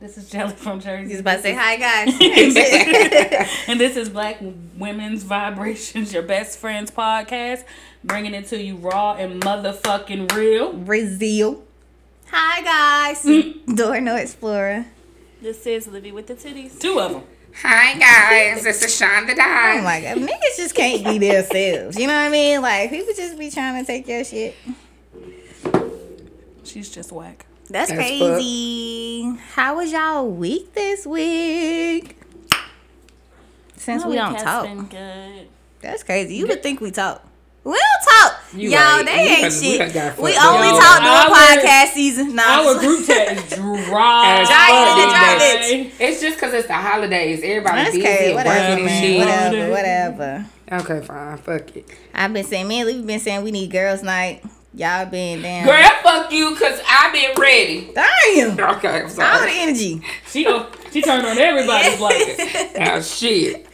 This is Jelly from Jersey. He's about to say hi, guys. and this is Black Women's Vibrations, your best friends podcast, bringing it to you raw and motherfucking real. Brazil. Hi, guys. Door No Explorer. This is Livy with the titties. Two of them. Hi guys, this is Shonda Oh Dye. my god, niggas just can't be themselves. You know what I mean? Like people just be trying to take your shit. She's just whack. That's crazy. How was y'all week this week? Since My we week don't has talk, Been good. that's crazy. You would think we talk. We don't talk, You y'all. all right. They We ain't done- we shit. done got We, fucked up. only Yo, talk during our- podcast season. Nah, I'm Our just- group chat is dry. As Dry as fuck. It's just because it's the holidays. Everybody's that's busy okay. and Whatever, working and man. shit. Whatever, whatever. Okay, fine. Fuck it. I've been saying, man, we've been saying we need girls' night. Y'all been damn. Girl, fuck you because I've been ready. Damn. Okay, I'm All the sorry. energy. She, go- she turned on everybody's blanket. Oh, shit.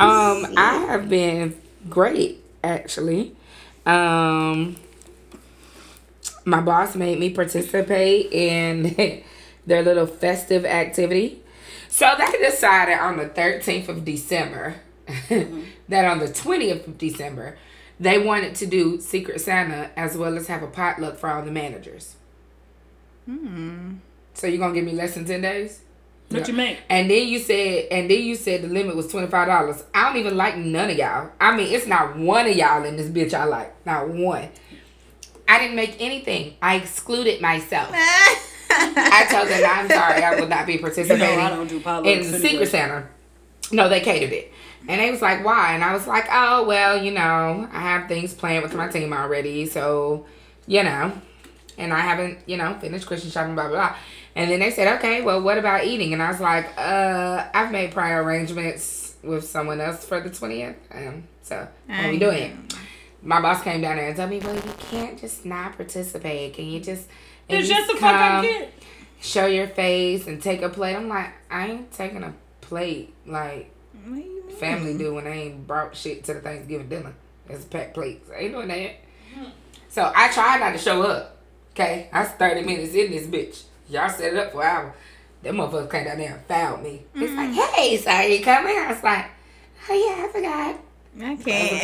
Um, I have been great, actually. Um, my boss made me participate in their little festive activity. So they decided on the 13th of December that on the 20th of December, they wanted to do Secret Santa as well as have a potluck for all the managers. So you're going to give me less than 10 days? What you make? And then you said, and then you said the limit was twenty five dollars. I don't even like none of y'all. I mean, it's not one of y'all in this bitch I like, not one. I didn't make anything. I excluded myself. I told them I'm sorry, I will not be You know participating I don't do politics. in the anyway. Secret Santa. No, they catered it. And they was like, why? And I was like, oh, well, you know, I have things planned with my team already. So, you know, and I haven't, you know, finished Christian shopping, blah, blah, blah. And then they said, okay, well, what about eating? And I was like, uh, I've made prior arrangements with someone else for the 20th. Um, so, how we doing it? My boss came down there and told me, well, you can't just not participate. Can you just. at It's just a least fucking come?" kid. show your face and take a plate. I'm like, I ain't taking a plate like family do when they ain't brought shit to the Thanksgiving dinner. It's packed plates. I ain't doing that. So I tried not to show up. Okay, I was 30 minutes in this bitch. Y'all set it up for an hour. That motherfucker came down there and fouled me. It's like, hey, sorry, you coming? I was like, oh yeah, I forgot. I I was can't.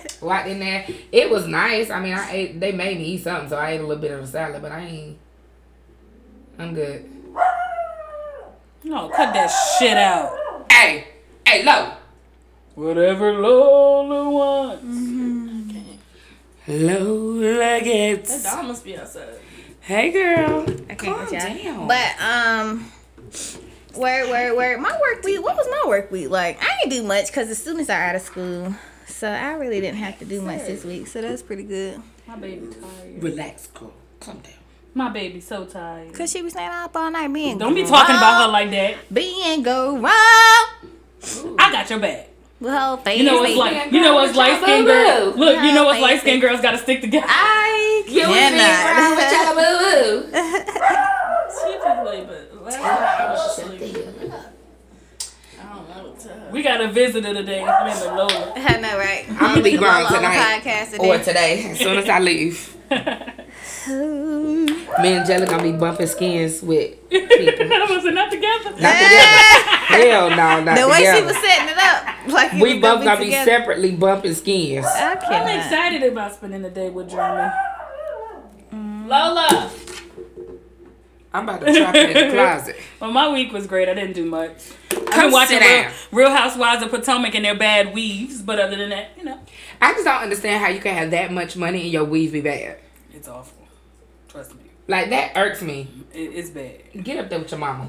confused. Walked in there. It was nice. I mean, I ate. They made me eat something, so I ate a little bit of a salad, but I ain't. I'm good. No, cut that shit out. Hey, hey, low. Whatever Lola wants. Mm-hmm. Lola That gets. dog must be outside. Hey, girl. I can't Calm with y'all. down. But um, word, word, word. My work week. What was my work week like? I didn't do much because the students are out of school, so I really didn't have to do much this week. So that's pretty good. My baby tired. relax, girl. Calm down. My baby so tired. Cause she be staying up all night being Don't be talking about her like that. being go wrong I got your back. with her face. You know what's like. You know what's light skinned girls. Look, you know what's light skinned girls got to stick together. I You and me cannot. wrong with y'all boo boo. Typically, but last night I was asleep. I don't know what to her. We got a visitor today. Her name is Lola. I know, right? I'm gonna be grown Lola on the tonight. Podcast today. Or today, as soon as I leave. Me and Jelly gonna be bumping skins with people. None of us are not together. Not together. Hell no, not the way she together. was setting it up, like it we was both gonna be together. separately bumping skins. I I'm cannot. excited about spending the day with German. Lola. I'm about to trap in the closet. Well, my week was great. I didn't do much. I've Come been watching sit Real, down. Real Housewives of Potomac and their bad weaves, but other than that, you know, I just don't understand how you can have that much money and your weave be bad. it's awful. Trust me, Like that irks me. it, it's bad. Get up there with your mama.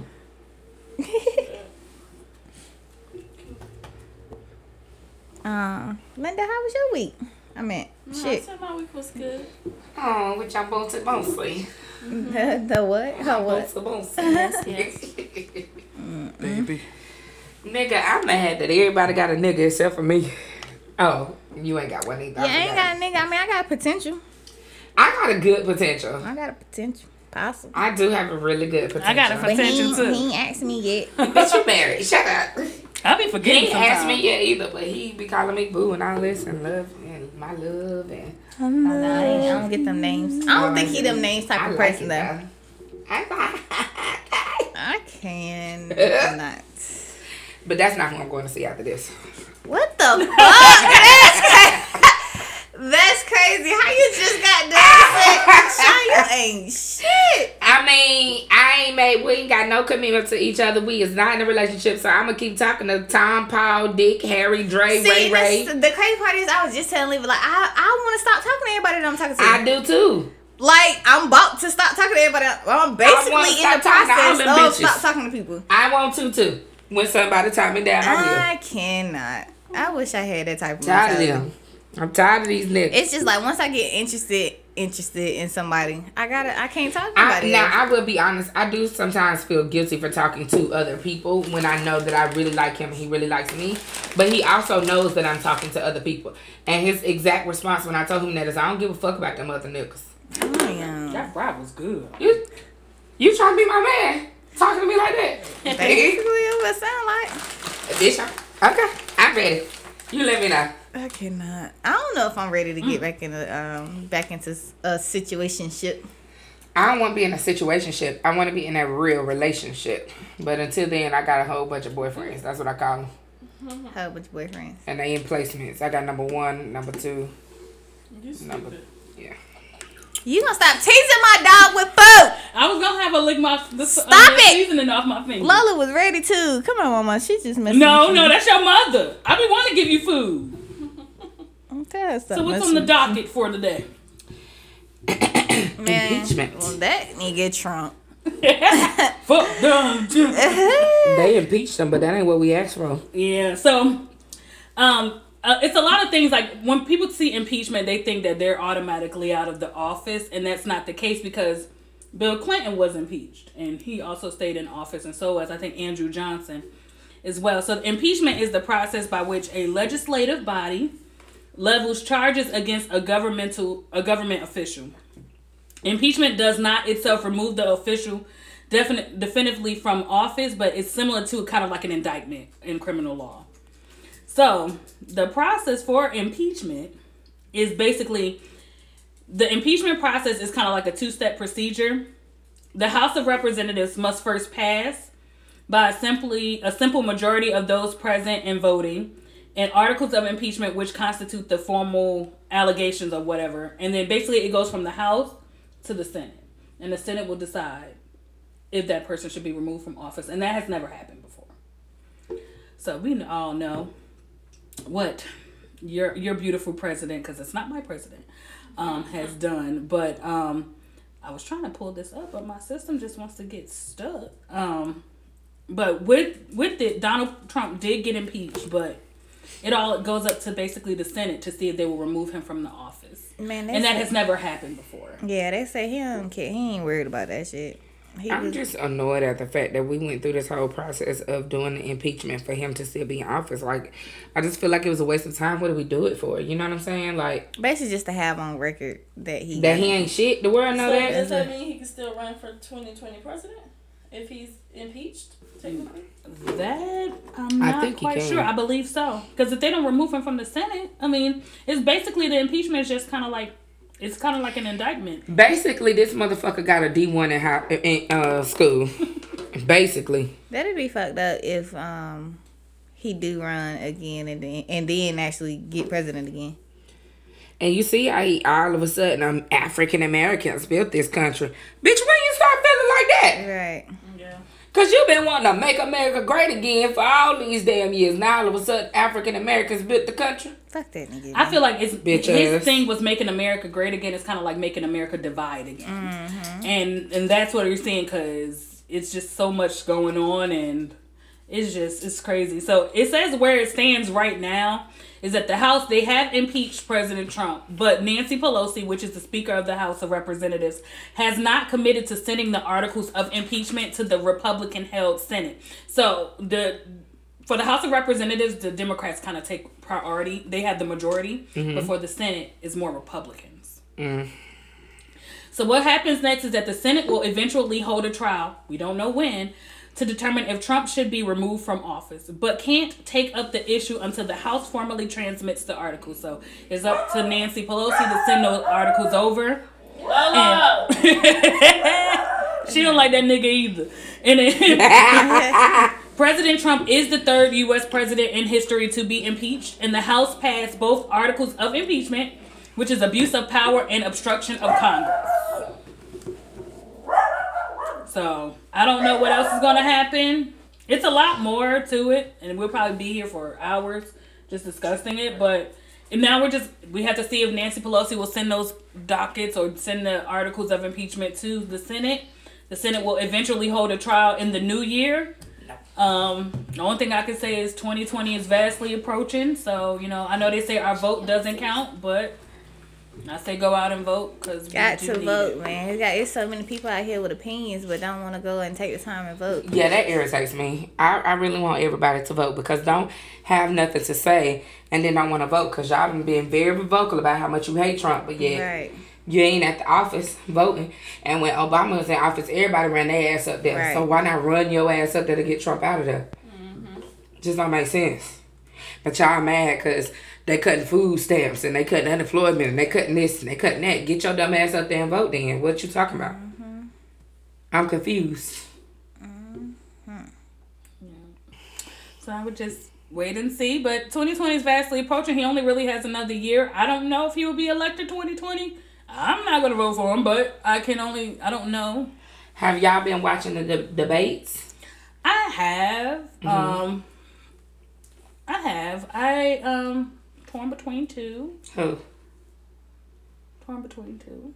Um, Linda, how was your week? I mean, I shit. said my week was good. Oh, with your bouncy bouncy. The, the what? Her what? Bouncy bouncy. Yes, yes. Baby, Nigga, I'm mad that everybody got a nigga except for me. Oh, you ain't got one either. Yeah, I ain't got a nigga. I mean, I got potential. I got a good potential. I got a potential. Possible. I do have a really good potential. I got it But for- he, Potential, too. he ain't asked me yet. Bitch, you married. Shut up. I'll be He forgetting ain't asked sometimes. me yet either, but he be calling me boo and I listen, love and my love and Oh, Nah, I ain't- I don't get them names. I don't think he them names type I of like person it, though. though. I like can not. But that's not who I'm going to see after this. What the fuck? That's, cra- that's crazy. How you just got done saying you ain't shit. I mean, I ain't made. We ain't got no commitment to each other. We is not in a relationship, so I'm gonna keep talking to Tom, Paul, Dick, Harry, Dre, See, Ray, Ray. this- the crazy part is I was just telling Levi, like, I, I want to stop talking to everybody that I'm talking to. I do too. like, I'm about to stop talking to everybody. I'm wanna basically in the stop talking to all process them of bitches. stop talking to people. I want to too. When somebody tie me down, I I cannot. I wish I had that type of will. Tired of mentality. them. I'm tired of these niggas. It's just like once I get interested, interested in somebody, I gotta, I can't talk about I, it. now I will be honest. I do sometimes feel guilty for talking to other people when I know that I really like him and he really likes me. But he also knows that I'm talking to other people. And his exact response when I told him that is, I don't give a fuck about them other niggas. Damn. That fry was good. You, you trying to be my man? Talking to me like that? Basically, what it sound Bitch, I'm- okay, I'm ready. You let me know. like. I cannot. I don't know if I'm ready to get Mm. back in the um back into s- a situationship. I don't want to be in a situationship. I want to be in a real relationship. But until then, I got a whole bunch of boyfriends. That's what I call them. How with your boyfriends? And they in placements. I got number one, number two, You number. stupid. Yeah. You gonna stop teasing my dog with food? I was gonna have a lick my the, Stop uh, it! seasoning off my finger. Lola was ready too. Come on, mama. She just messing. No, with no, you. that's your mother. I be want to give you food. Okay, stop So what's messing on the with- docket for today? Man, Impeachment. Well, that nigga Trump. Fuck them. too. They impeached them, but that ain't what we asked for. Yeah. So, um, uh, it's a lot of things like when people see impeachment, they think that they're automatically out of the office, and that's not the case because Bill Clinton was impeached, and he also stayed in office, and so was I think Andrew Johnson as well. So, impeachment is the process by which a legislative body levels charges against a governmental a government official. Impeachment does not itself remove the official definite, definitively from office, but it's similar to kind of like an indictment in criminal law. So the process for impeachment is basically the impeachment process is kind of like a two step procedure. The House of Representatives must first pass by simply a simple majority of those present and voting and articles of impeachment which constitute the formal allegations or whatever. And then basically it goes from the House to the Senate. And the Senate will decide if that person should be removed from office. And that has never happened before. So we all know what your your beautiful president, because it's not my president, um, has done. But um, I was trying to pull this up, but my system just wants to get stuck. Um, but with with it, Donald Trump did get impeached, but it all goes up to basically the Senate to see if they will remove him from the office. Man, And that that's- has never happened before. Yeah, they say he don't care. He ain't worried about that shit. He Ah. I'm was- just annoyed at the fact that we went through this whole process of doing the impeachment for him to still be in office. Like, I just feel like it was a waste of time. What did we do it for? You know what I'm saying? Like, basically just to have on record that he that he ain't shit. The world know So that. does that mean he can still run for 2020 president if he's impeached? Technically, That I'm I not think he quite can. sure. I believe so because if they don't remove him from the Senate, I mean, it's basically the impeachment is just kind of like it's kind of like an indictment. Basically, this motherfucker got a D1 in, high, in uh, school. Basically. That'd be fucked up if um he do run again and then and then actually get president again. And you see how he all of a sudden um, African Americans built this country. Bitch, when you start feeling like that? Right. yeah. Cause you've been wanting to make America great again for all these damn years. Now all of a sudden African Americans built the country. Fuck that nigga. I feel like it's Bitch his ass. thing was making America great again. It's kind of like making America divide again, and and that's what you're seeing because it's just so much going on and it's just it's crazy. So it says where it stands right now is that the House they have impeached President Trump, but Nancy Pelosi, which is the Speaker of the House of Representatives, has not committed to sending the articles of impeachment to the Republican-held Senate. So the for the House of Representatives, the Democrats kind of take priority. They have the majority, but for the Senate, it's more Republicans. So what happens next is that the Senate will eventually hold a trial. We don't know when to determine if Trump should be removed from office, but can't take up the issue until the House formally transmits the article. So it's up to Nancy Pelosi to send those articles over. Lolo, she she don't like that nigga either. And then President Trump is the third U.S. president in history to be impeached, and the House passed both articles of impeachment, which is abuse of power and obstruction of Congress. So I don't know what else is gonna happen. It's a lot more to it, and we'll probably be here for hours just discussing it. But and now we're just we have to see if Nancy Pelosi will send those dockets or send the articles of impeachment to the Senate. The Senate will eventually hold a trial in the new year. Um, the only thing I can say is 2020 is vastly approaching. So you know, I know they say our vote doesn't count, but I say go out and vote because got to vote, it. man. It's got it's so many people out here with opinions, but don't want to go and take the time and vote. Yeah, that irritates me. I, I really want everybody to vote because don't have nothing to say and then don't want to vote because y'all been being very vocal about how much you hate Trump, but yeah. Right. You ain't at the office voting, and when Obama was in office, everybody ran their ass up there. Right. So why not run your ass up there to get Trump out of there? Mm-hmm. Just don't make sense. But y'all mad because they cutting food stamps and they cutting unemployment and they cutting this and they cutting that. Get your dumb ass up there and vote then. What you talking about? Mm-hmm. I'm confused. Mm-hmm. Yeah. So I would just wait and see. But 2020 is vastly approaching. He only really has another year. I don't know if he will be elected 2020. I'm not going to vote for him, but I can only, I don't know. Have y'all been watching the de- debates? I have. Mm-hmm. Um, I have. I, um, torn between two. Who? Torn between two.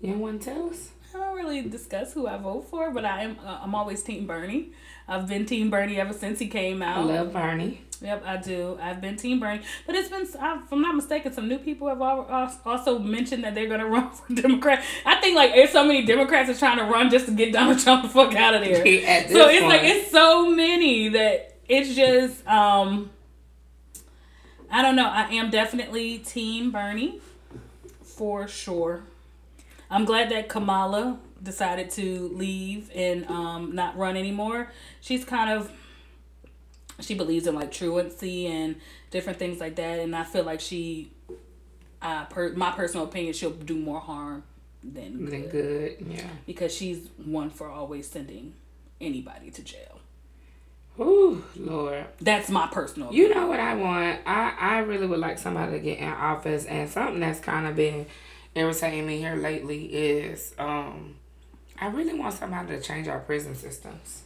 You don't want to tell us? I don't really discuss who I vote for, but I am. Uh, I'm always Team Bernie. I've been Team Bernie ever since he came out. I love Bernie. Yep, I do. I've been Team Bernie, but it's been. I, if I'm not mistaken, some new people have also mentioned that they're going to run for Democrat. I think like there's so many Democrats are trying to run just to get Donald Trump the fuck out of there. so it's point. like it's so many that it's just. um I don't know. I am definitely Team Bernie for sure. I'm glad that Kamala decided to leave and um, not run anymore. She's kind of she believes in like truancy and different things like that, and I feel like she, uh, per my personal opinion, she'll do more harm than than good. good. Yeah, because she's one for always sending anybody to jail. Ooh, Lord. That's my personal. You opinion. know what I want? I I really would like somebody to get in office, and something that's kind of been irritating me here lately is um, I really want somebody to change our prison systems.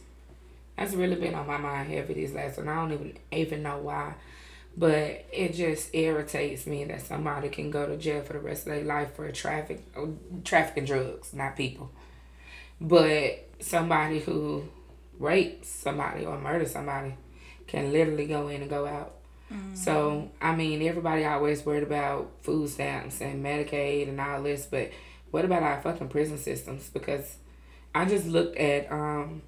That's really been on my mind heavy these last, and I don't even even know why, but it just irritates me that somebody can go to jail for the rest of their life for traffic trafficking drugs, not people, but somebody who rape somebody or murder somebody can literally go in and go out. Mm. Mm-hmm. So, I mean, everybody always worried about food stamps and Medicaid and all this, but what about our fucking prison systems? Because I just looked at um,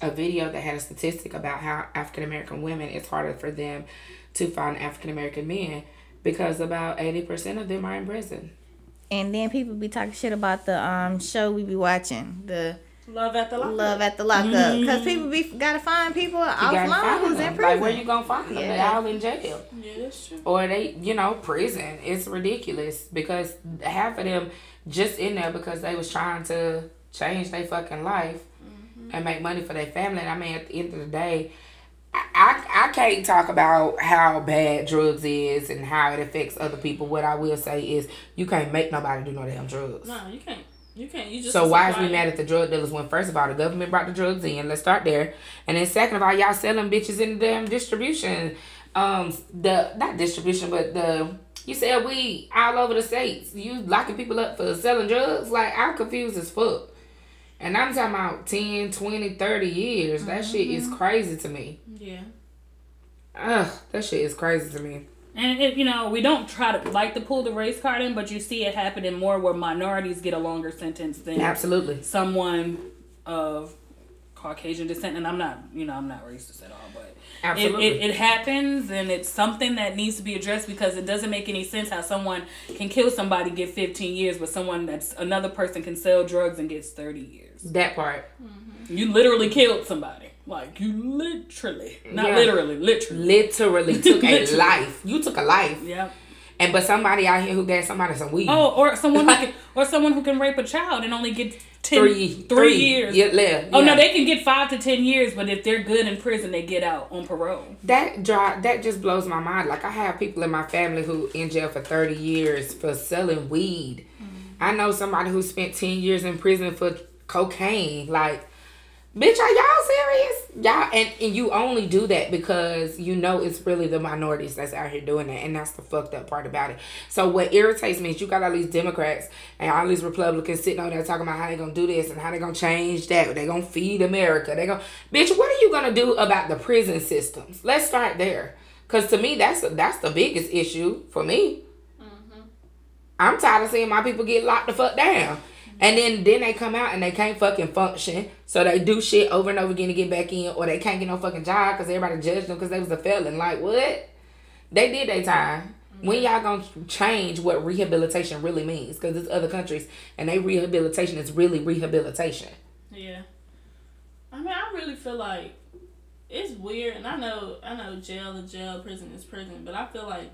a video that had a statistic about how African American women, it's harder for them to find African American men because about 80% of them are in prison. And then people be talking shit about the um, show we be watching, the Love at the lockup. Love at the lockup. Because mm-hmm. people be gotta find people offline who's them. in prison. Like where you gonna find them? Yeah. They all in jail. Yeah, that's true. Or they, you know, prison. It's ridiculous because half of them just in there because they was trying to change their fucking life mm-hmm. and make money for their family. And I mean, at the end of the day. I, I, I can't talk about how bad drugs is and how it affects other people. What I will say is, you can't make nobody do no damn drugs. No, you can't. You can't. You just so why is we mad at the drug dealers when first of all the government brought the drugs in? Let's start there, and then second of all, y'all selling bitches in the damn distribution, um, the not distribution, but the you sell weed all over the states. You locking people up for selling drugs. Like I'm confused as fuck, and I'm talking about 10, 20, 30 years. Mm-hmm. That shit is crazy to me. Yeah. Ugh, that shit is crazy to me. And it, you know, we don't try to like to pull the race card in, but you see it happening more where minorities get a longer sentence than absolutely someone of Caucasian descent. And I'm not, you know, I'm not racist at all, but it, it, it, happens, and it's something that needs to be addressed because it doesn't make any sense how someone can kill somebody get 15 years, but someone that's another person can sell drugs and gets 30 years. That part. Mm-hmm. You literally killed somebody. Like you literally, not yeah. literally, literally, literally took literally. a life. You took a life. Yep. And but somebody out here who gave somebody some weed. Oh, or someone who can, or someone who can rape a child and only get 10, three, three years. Yeah, live. Oh yeah. no, they can get five to ten years, but if they're good in prison, they get out on parole. that drive that just blows my mind. Like I have people in my family who in jail for thirty years for selling weed. Mm. I know somebody who spent ten years in prison for cocaine. Like, bitch, are y'all serious? Y'all and, and you only do that because you know it's really the minorities that's out here doing that, and that's the fucked up part about it. So what irritates me is you got all these Democrats and all these Republicans sitting on there talking about how they gonna do this and how they gonna change that. They gonna feed America. They gonna bitch. What are you gonna do about the prison systems? Let's start there, cause to me that's that's the biggest issue for me. I'm tired of seeing my people get locked the fuck down. And then then they come out and they can't fucking function. So they do shit over and over again to get back in, or they can't get no fucking job because everybody judged them because they was a felon. Like what? They did their time. Mm-hmm. When y'all gonna change what rehabilitation really means? Because it's other countries and they rehabilitation is really rehabilitation. Yeah. I mean, I really feel like it's weird, and I know, I know, jail is jail, prison is prison, but I feel like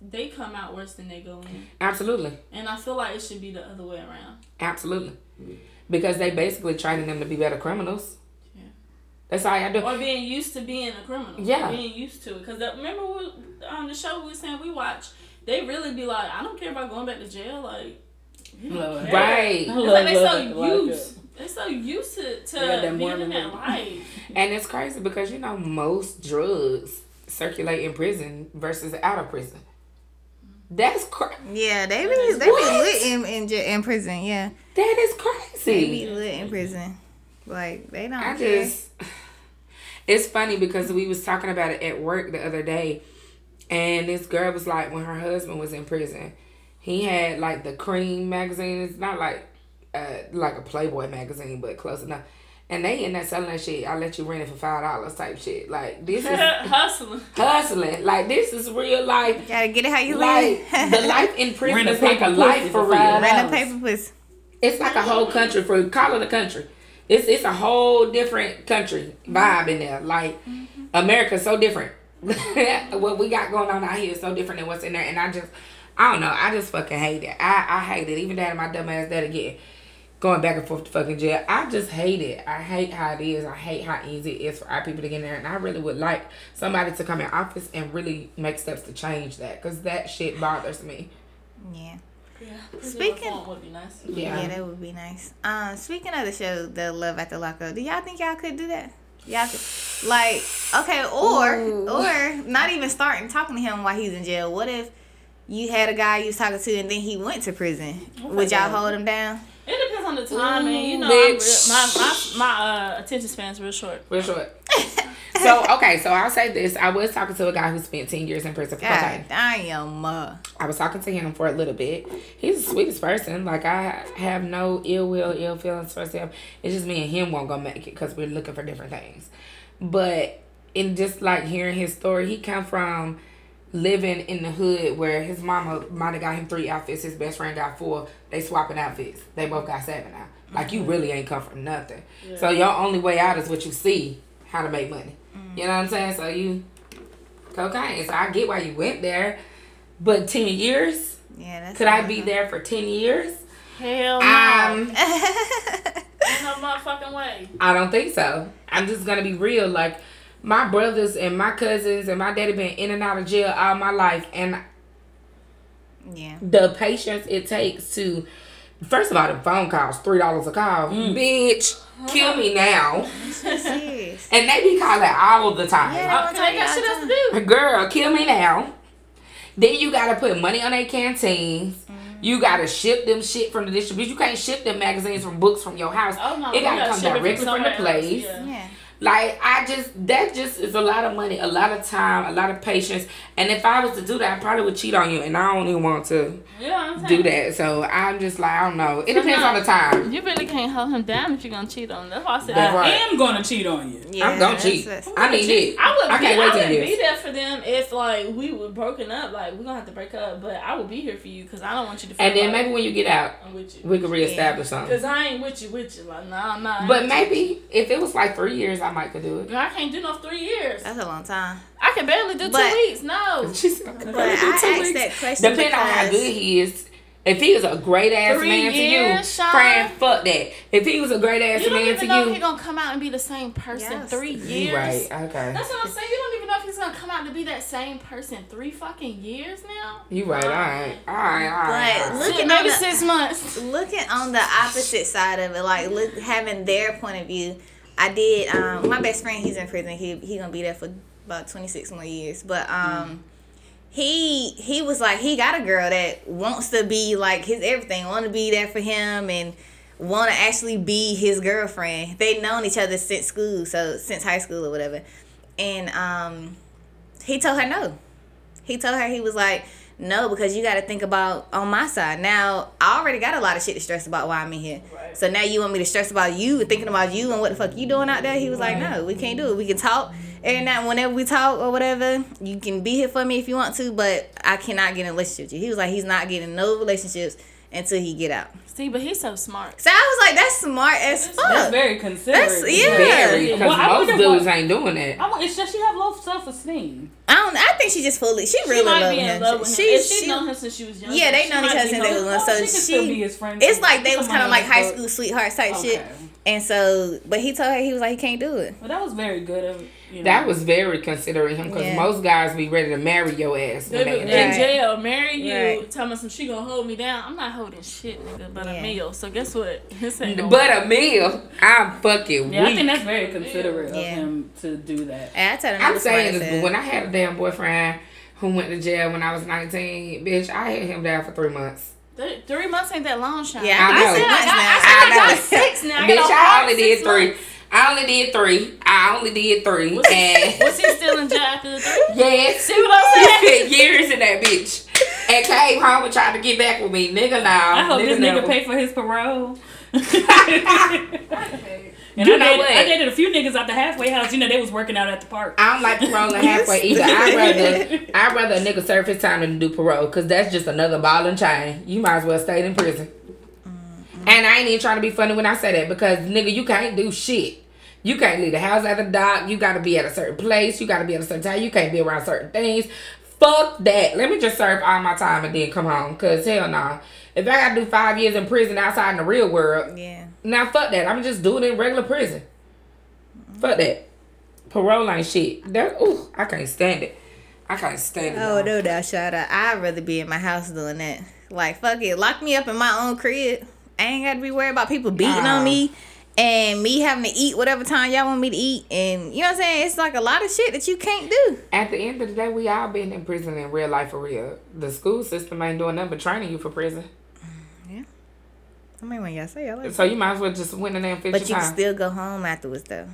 they come out worse than they go in, Absolutely, and I feel like it should be the other way around. absolutely, because they basically training them to be better criminals. Yeah. That's all y'all do. Or being used to being a criminal. Yeah. Being used to it. Because remember we, on the show we was saying we watch, they really be like, I don't care about going back to jail. Like, Lord. Right. I it's love- like they love so it, love used. They so used to, to They got that being in Mormon that look. life. And it's crazy because you know most drugs circulate in prison versus out of prison. That's cra- Yeah, they be they be What? lit in in, j- in prison. Yeah, that is they crazy. be lit in prison. Like they don't. I care. just it's funny because we was talking about it at work the other day and this girl was like when her husband was in prison, he had like the cream magazine. It's not like uh like a Playboy magazine, but close enough. And they in there selling that shit, I let you rent it for five dollars type shit. Like this is Hustling. hustling. Like this is real life gotta get it how you like live. the life in prison Rent a is like a paper life pussy for for real. five Random dollars. paper pussy. It's like a whole country for call it a country. It's it's a whole different country vibe in there. Like America's so different. what we got going on out here is so different than what's in there. And I just I don't know. I just fucking hate it. I, I hate it. Even that my dumb ass dad again. Going back and forth to fucking jail. I just hate it. I hate how it is. I hate how easy it is for our people to get in there. And I really would like somebody to come in office and really make steps to change that. Because that shit bothers me. Yeah. Yeah. Speaking- Reform would be nice. yeah, that would be nice. Um, speaking of the show, the Love at the Lockup, do y'all think y'all could do that? Y'all could, like, okay, or or not even starting talking to him while he's in jail. What if you had a guy you was talking to and then he went to prison? Would y'all hold him down? It depends on the time, and you know, I'm real, bitch. my my my uh, attention span's real short. Real short. so okay, so I'll say this. I was talking to a guy who spent ten years in prison for God cocaine. damn. Uh, I was talking to him for a little bit. He's the sweetest person. Like I have no ill will, ill feelings towards him. It's just me and him won't go make it because we're looking for different things. But in just like hearing his story, he come from living in the hood where his mama might have got him three outfits, his best friend got four. They swapping outfits. They both got seven now. Like you really ain't come from nothing. So your only way out is what you see, how to make money. You know what I'm saying? So you cocaine. So I get why you went there. But ten years? yeah, that's Could I be there for ten years? Hell no, Um, eh. ain't no motherfucking way. I don't think so. I'm just gonna be real. Like my brothers and my cousins and my daddy been in and out of jail all my life, and yeah. the patience it takes to. First of all, the phone calls three dollars a call. Mm. Bitch, kill me now. Serious. And they be calling all the time. Uh, Yeah, I, I got shit else to do. Girl, kill me now. Then you gotta put money on their canteens. Mm-hmm. You gotta ship them shit from the distribution. You can't ship them magazines from books from your house. Oh no, it we gotta gotta come ship it directly from the somewhere else, place. yeah. Yeah. Like I just that just is a lot of money, a lot of time, a lot of patience. And if I was to do that, I probably would cheat on you. And I don't even want to Yeah, I'm saying. do that. So I'm just like I don't know. It depends on the time. You really can't hold him down if you're gonna cheat on him. That's why I said That's right. I am gonna cheat on you. yeah I'm gonna cheat. that's what's- I need it. I would, I be, can't I wait would ten be years. there for them if like we were broken up. Like we're gonna have to break up, but I would be here for you because I don't want you to. Feel And then like maybe when you get out, I'm with you we could reestablish something. because I ain't with you with you. Like nah, nah. I ain't But with maybe if it was like three years, I I might could do it. Girl, I can't do no three years. That's a long time. I can barely do But- two weeks. No. She said, "Okay, But I I'll do asked two weeks." that question Depending on how good he is. If he was a great ass Three man to you, years, Sean? Fran, fuck that. If he was a great ass You don't man even know to if you, he's gonna come out and be the same person Yes. three years. you right? Okay, That's what I'm saying. You don't even know if he's gonna come out to be that same person three fucking years now. you right. All right, all right, all right. But all right. Look Shit, at maybe all the- six months. looking on the opposite side of it, like look, having their point of view. I did. Um, my best friend, he's in prison. He he gonna be there for about twenty six more years. But um, he he was like he got a girl that wants to be like his everything, want to be there for him, and want to actually be his girlfriend. They've known each other since school, so since high school or whatever. And um, he told her no he told her he was like no because you got to think about on my side now i already got a lot of shit to stress about while i'm in here so now you want me to stress about you and thinking about you and what the fuck you doing out there he was like no we can't do it we can talk and now whenever we talk or whatever you can be here for me if you want to but i cannot get in a relationship with you he was like he's not getting no relationships until he get out See, but he's so smart. so i was like that's smart as That's fuck very considerate. That's- because- yeah. Very, because Well, I most wonder what- dudes ain't doing that. I want, it's just she have low self esteem. i don't i think she just fully she really she might loved be in him, love with him. She, if she, she- known him since she was young. yeah they she known each might other be since they was home. little so she, she, could still be his friend. It's too. like they She was someone kind of like else, high but- school sweethearts type shit. Okay. And so, but he told her he was like he can't do it. Well, that was very good of you. Know. That was very considering him because Yeah. most guys be ready to marry your ass. They When be they in Right. jail, marry you, Right. tell me some she gonna hold me down. I'm not holding shit, nigga, but Yeah. a meal. So guess what? This ain't gonna work. But a meal, I'm fucking Yeah, I weak. think that's very considerate of Yeah. him to do that. And I told him, I'm was saying smart as this, hell. but when I had a damn boyfriend who went to jail when I was 19, bitch, I had him down for three months. Th- three months ain't that long, Sean. yeah, I, I know. said I got, I, that I said I know. got six now. I bitch, got a I hard only did six three. months. I only did three. I only did three. Was- and Was he still in jail after the three? yes, See what I'm saying? years in that bitch. And came home and tried to get back with me, nigga. Now I hope this never- nigga pay for his parole. and I, know dated, what? I dated a few niggas at the halfway house. You know, they was working out at the park. I don't like parole and halfway either. I'd rather I'd rather a nigga serve his time than do parole because that's just another ball and chain. You might as well stay in prison. And I ain't even trying to be funny when I say that because nigga, you can't do shit. You can't leave the house at the dock. You gotta be at a certain place. You gotta be at a certain time. You can't be around certain things. Fuck that. Let me just serve all my time and then come home. Cause hell nah. If I gotta do five years in prison outside in the real world, Yeah, now fuck that. I'm just doing it in regular prison. Fuck that. Parole ain't shit. That ooh, I can't stand it. I can't stand it. oh no, doubt, shout out. I'd rather be in my house doing that. Like fuck it, lock me up in my own crib. I ain't got to be worried about people beating Ah. on me and me having to eat whatever time y'all want me to eat. And you know what I'm saying? It's like a lot of shit that you can't do. At the end of the day, we all been in prison in real life for real. The school system ain't doing nothing but training you for prison. I mean, when y'all say y'all, like, So you might as well just win in there and fix but you your can time. still go home afterwards though.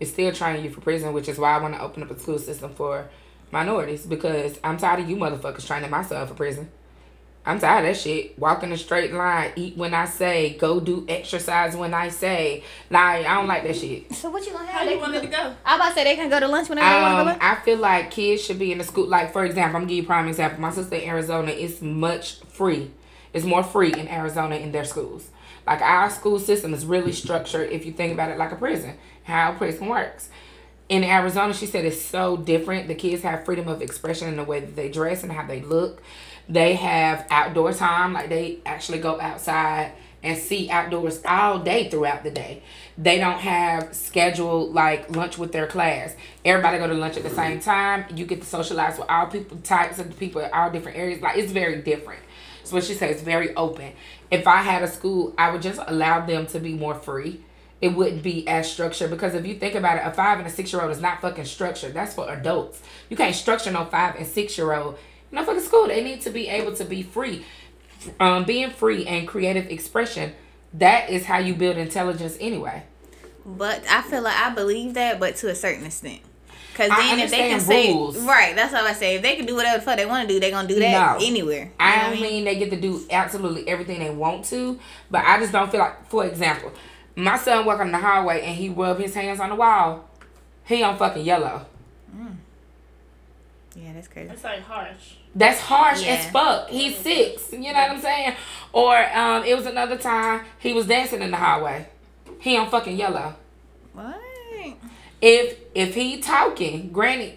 it's still training you for prison, which is why I want to open up a school system for minorities because I'm tired of you motherfuckers training myself for prison. I'm tired of that shit. Walk in a straight line, eat when I say, go do exercise when I say. Like, I don't like that shit. So what you gonna How you wanted to go? I about to say they can go to lunch whenever they want to Um, go. I feel like kids should be in the school. Like for example, I'm gonna give you a prime example. My sister in Arizona is much free. It's more free in Arizona in their schools. Like our school system is really structured. If you think about it, like a prison, how prison works. In Arizona, she said it's so different. The kids have freedom of expression in the way that they dress and how they look. They have outdoor time. Like they actually go outside and see outdoors all day throughout the day. They don't have scheduled like lunch with their class. Everybody go to lunch at the same time. You get to socialize with all people types of people in all different areas. Like it's very different. So what she says it's very open. If I had a school, I would just allow them to be more free. It wouldn't be as structured because if you think about it, a five and a six year old is not fucking structured. That's for adults. You can't structure no five and six year old. No fucking school. They need to be able to be free um, being free and creative expression that is how you build intelligence anyway But I feel like I believe that, but to a certain extent. Cause I then if they can understand say rules. right, that's all I say. If they can do whatever the fuck they want to do, they gonna do that No. anywhere. i don't mean, they get to do absolutely everything they want to but i just don't feel like for example my son walk in the hallway and he rub his hands on the wall he on fucking yellow Yeah, that's crazy. It's like harsh. That's harsh Yeah. as fuck. He's six. You know what I'm saying? Or um, it was another time he was dancing in the hallway. He on fucking yellow. What? think? if if he talking granted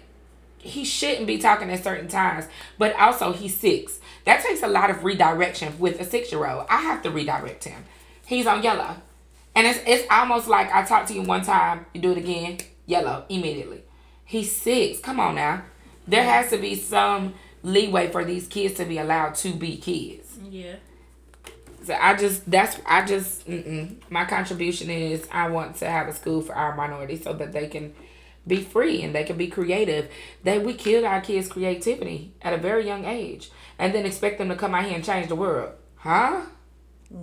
he shouldn't be talking at certain times but also he's six that takes a lot of redirection with a six year old i have to redirect him he's on yellow and it's, it's almost like i talk to you one time you do it again yellow immediately he's six come on now there has to be some leeway for these kids to be allowed to be kids Yeah. so I just that's I just mm-mm. my contribution is I want to have a school for our minorities so that they can be free and they can be creative. That we kill our kids' creativity at a very young age and then expect them to come out here and change the world, huh?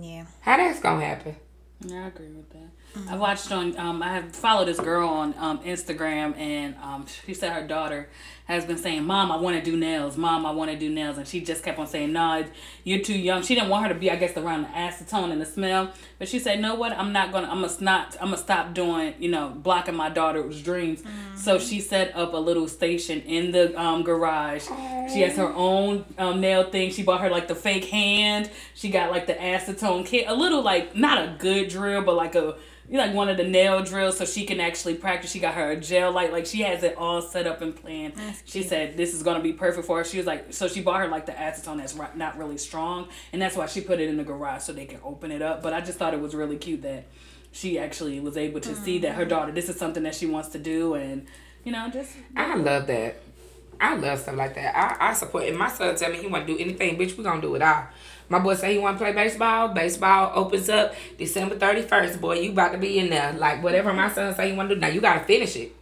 Yeah. How that's gonna happen? Yeah, I agree with that. I watched on, um, I have followed this girl on um, Instagram, and um, she said her daughter has been saying, "Mom, I want to do nails. Mom, I want to do nails," and she just kept on saying, "No, nah, you're too young." She didn't want her to be, I guess, around the acetone and the smell, but she said, "No, what? I'm not gonna. I'm gonna not. I'm gonna stop doing. You know, blocking my daughter's dreams." So she set up a little station in the um, garage. She has her own um, nail thing. She bought her like the fake hand. She got like the acetone kit, a little like not a good drill, but like a you know, like one of the nail drills, so she can actually practice. She got her a gel light, like she has it all set up and planned. She said this is gonna be perfect for her. She was like, so she bought her like the acetone that's ri- not really strong, and that's why she put it in the garage so they can open it up. But I just thought it was really cute that she actually was able to see that her daughter this is something that she wants to do, and you know, just I love that. I love stuff like that. I, I support it. My son tell me he want to do anything, bitch. We gonna do it all. My boy say he want to play baseball. Baseball opens up December thirty first. Boy, you about to be in there. Like whatever my son say he want to do. Now you gotta finish it.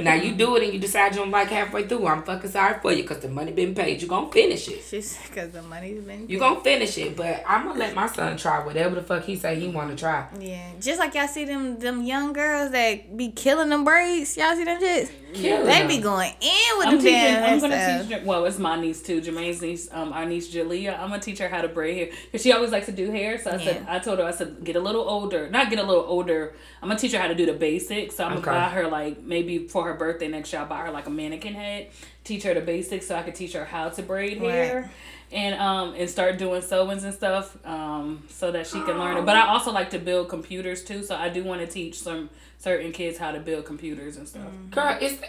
now you do it and you decide you don't like halfway through. I'm fucking sorry for you because the money been paid. You gonna finish it. She's because the money's been. You gonna finish it. But I'm gonna let my son try whatever the fuck he say he want to try. Yeah, just like y'all see them them young girls that be killing them braids. Y'all see them shits? Kill They him. be going in with I'm them teaching. damn I'm hair gonna stuff. teach. Well, it's my niece too, Jermaine's niece, um, our niece Jalea. I'm gonna teach her how to braid hair because she always likes to do hair. So I said, I told her, I said, get a little older, not get a little older. I'm gonna teach her how to do the basics. So I'm Okay. gonna buy her like maybe for her birthday next year, I'll buy her like a mannequin head, teach her the basics so I could teach her how to braid hair. And um and start doing sewings and stuff um so that she can learn it. But I also like to build computers too, so I do want to teach some certain kids how to build computers and stuff. Girl, it's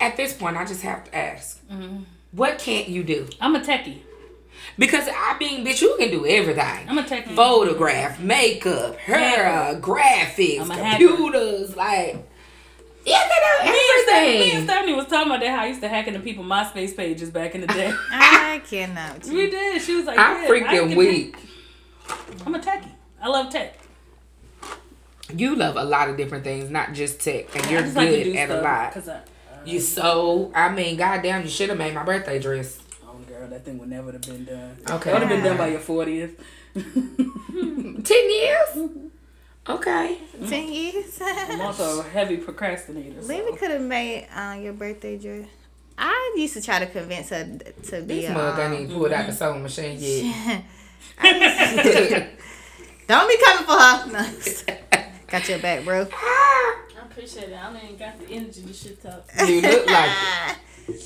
at this point I just have to ask. What can't you do? I'm a techie. Because I mean, bitch, you can do everything. I'm a techie. Photograph, makeup, hair, graphics, I'm a hacker. computers, like yeah, they Me and, Stephanie, know me and everything. Stephanie was talking about that how I used to hack into people MySpace pages back in the day. I cannot. we did. She was like, I'm yeah, I freaking can- weak. I'm a techie. I love tech. You love a lot of different things, not just tech, and I you're just good like to do at stuff. a lot. 'cause I, You so, I mean, goddamn, you should have made my birthday dress. oh girl, that thing would never have been done. Okay. It would have been done by your fortieth. Ten years? Mm-hmm. Okay. Ten years. I'm also a heavy procrastinator. so- Maybe could have made uh, your birthday dress. I used to try to convince her th- to be. This a, mug I um, ain't pulled out the sewing machine yet. I used to- Don't be coming for her. No, I'm just- Got your back, bro. I appreciate it. I ain't got the energy to shit talk. you look like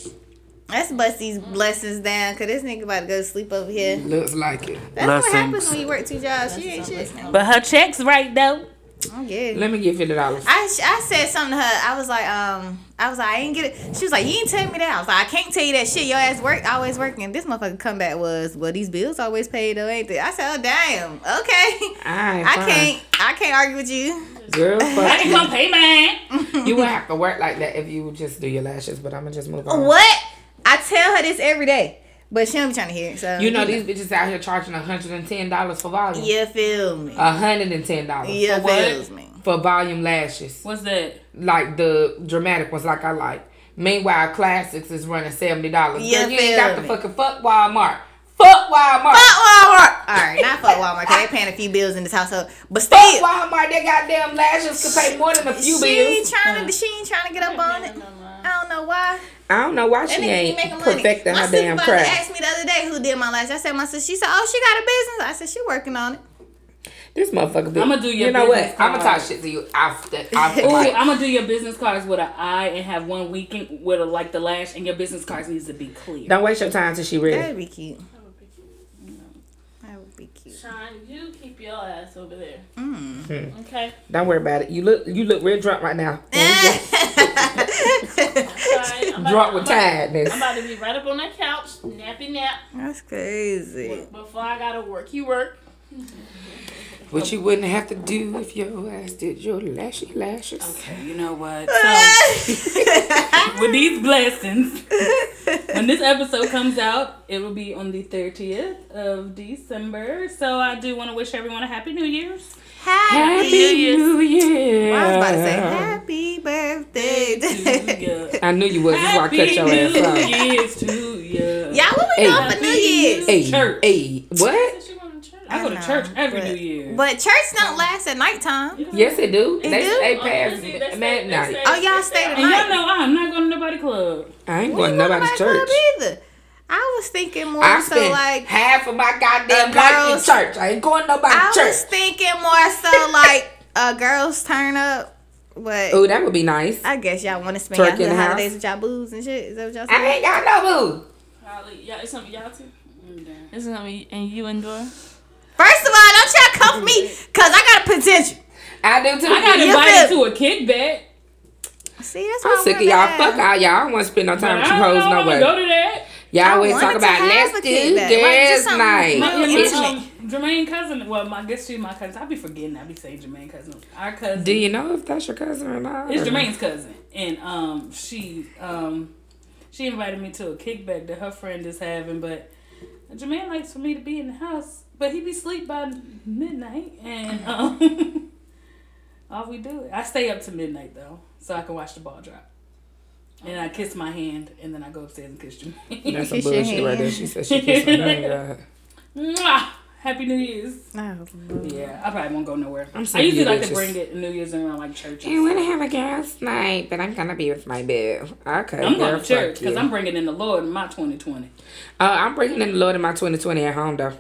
Let's bust these blessings down, cause this nigga about to go sleep over it. here. Looks like it. That's Blessings. what happens when you work two jobs. She ain't shit. But her checks right though. I'm good. Let me give you the dollars. I, sh- I said something to her. I was like, um, I was like, I ain't get it. She was like, you ain't tell me that. I was like, I can't tell you that shit. Your ass work always working. This motherfucker comeback was, well, these bills always paid though, ain't they? I said, oh damn, okay. I, I can't, I can't argue with you. Girl, I ain't fuck gonna pay mine. you. you wouldn't have to work like that if you would just do your lashes, but I'm gonna just move on. What? I tell her this every day, but she don't be trying to hear it. So You know these bitches out here charging hundred and ten dollars for volume. You feel me? Uh, hundred and ten dollars you for what? feel me? for volume lashes, What's that? like the dramatic ones, like I like. Meanwhile, classics is running seventy dollars. You you ain't got feel the me? fucking fuck Walmart. Fuck Walmart. Fuck Walmart. All right, not fuck Walmart. 'cause they paying a few bills in this household, but Fuck still, Walmart. That goddamn lashes could pay more than a few she ain't bills. trying to. She ain't trying to get up on it. I don't know why. I don't know why she That nigga be making ain't money. perfecting my her damn supervisor craft. asked me the other day who did my lash. I said my sister. She said, "Oh, she got a business." I said, "She working on it." This motherfucker. Be, I'ma do your You know what? business I'm gonna talk card. shit to you after. after Ooh, like, I'm gonna do your business cards with an I and have one weekend with a like the lash, and your business cards needs to be clear. don't waste your time till she ready. That'd be cute. That would be cute. Sean, you keep keep your ass over there. Mm. Okay. Don't worry about it. You look you look real drunk right now. Mm. Sorry, I'm about- drunk with I'm about- tiredness. I'm about to be right up on that couch, nappy nap, That's crazy. before I gotta work. You work. Which you wouldn't have to do if your ass did your lashy lashes. Okay, you know what? So, with these blessings, when this episode comes out, it will be on the 30th of December. So, I do want to wish everyone a Happy New Year's. Happy Happy. New Year. I was about to say happy birthday. Hallelujah. I knew you was. That's why I cut Happy your ass New off. Year's to you. Y'all, what we Hey. doing for New Year's? Hey, Church. hey, what? Since you going to church. I go to I know, church every but- New Year. But church don't last at nighttime. Yes, it do. They do? stay Oh, past see, they say- they say- midnight. Oh, y'all they stay say- and y'all know I'm not going to nobody club. I ain't We going ain't to nobody's nobody club church. either. I was thinking more I so spent like half of my goddamn a life in girl's- church. I ain't going to I nobody's was church. thinking more so like a girls turn up, but Oh, that would be nice. I guess y'all want to spend Twerk y'all in the good house. holidays with y'all booze and shit. Is that what y'all I saying? ain't got no boo. Probably. Yeah, it's something y'all too. It's gonna be and you endure. First of all, don't y'all come for me, cause I got a potential. I do too. I got You invited to feel- a kickback. See, that's why I'm sick of y'all. Fuck all y'all. I don't want to spend no but time with you I don't hoes know, no wanna way. go to that. Y'all I always wanted talk to about have let's a do kid back. Like, this just something- night. My, Yeah, my, it's um, Jermaine cousin. Well, my, I guess she's my cousin. I be forgetting. I be saying Jermaine cousin. Our cousin. Do you know if that's your cousin or not? It's Jermaine's cousin, and um, she um, she invited me to a kickback that her friend is having. But Jermaine likes for me to be in the house, but he be sleep by midnight, and um, all we do. I stay up to midnight though, so I can watch the ball drop. And I kiss my hand, and then I go upstairs and kiss Jermaine. That's some Kiss your bullshit right hand. there. She said she kissed my hand. God. Mwah! Happy New Year's. Yeah, I probably won't go nowhere. I'm I so usually like to religious. bring it New Year's around like churches. I want to have a girls' night, but I'm gonna be with my boo. Okay, I'm girl, going to church fuck you. because I'm bringing in the Lord in my 2020. Uh, I'm bringing in the Lord in my 2020 at home though.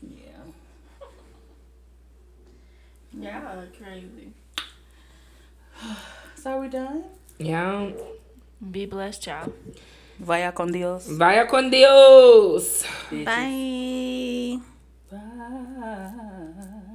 Yeah. Y'all are crazy. So are we done? Yeah. Be blessed, child. Vaya con Dios. Vaya con Dios. Bye. Bye.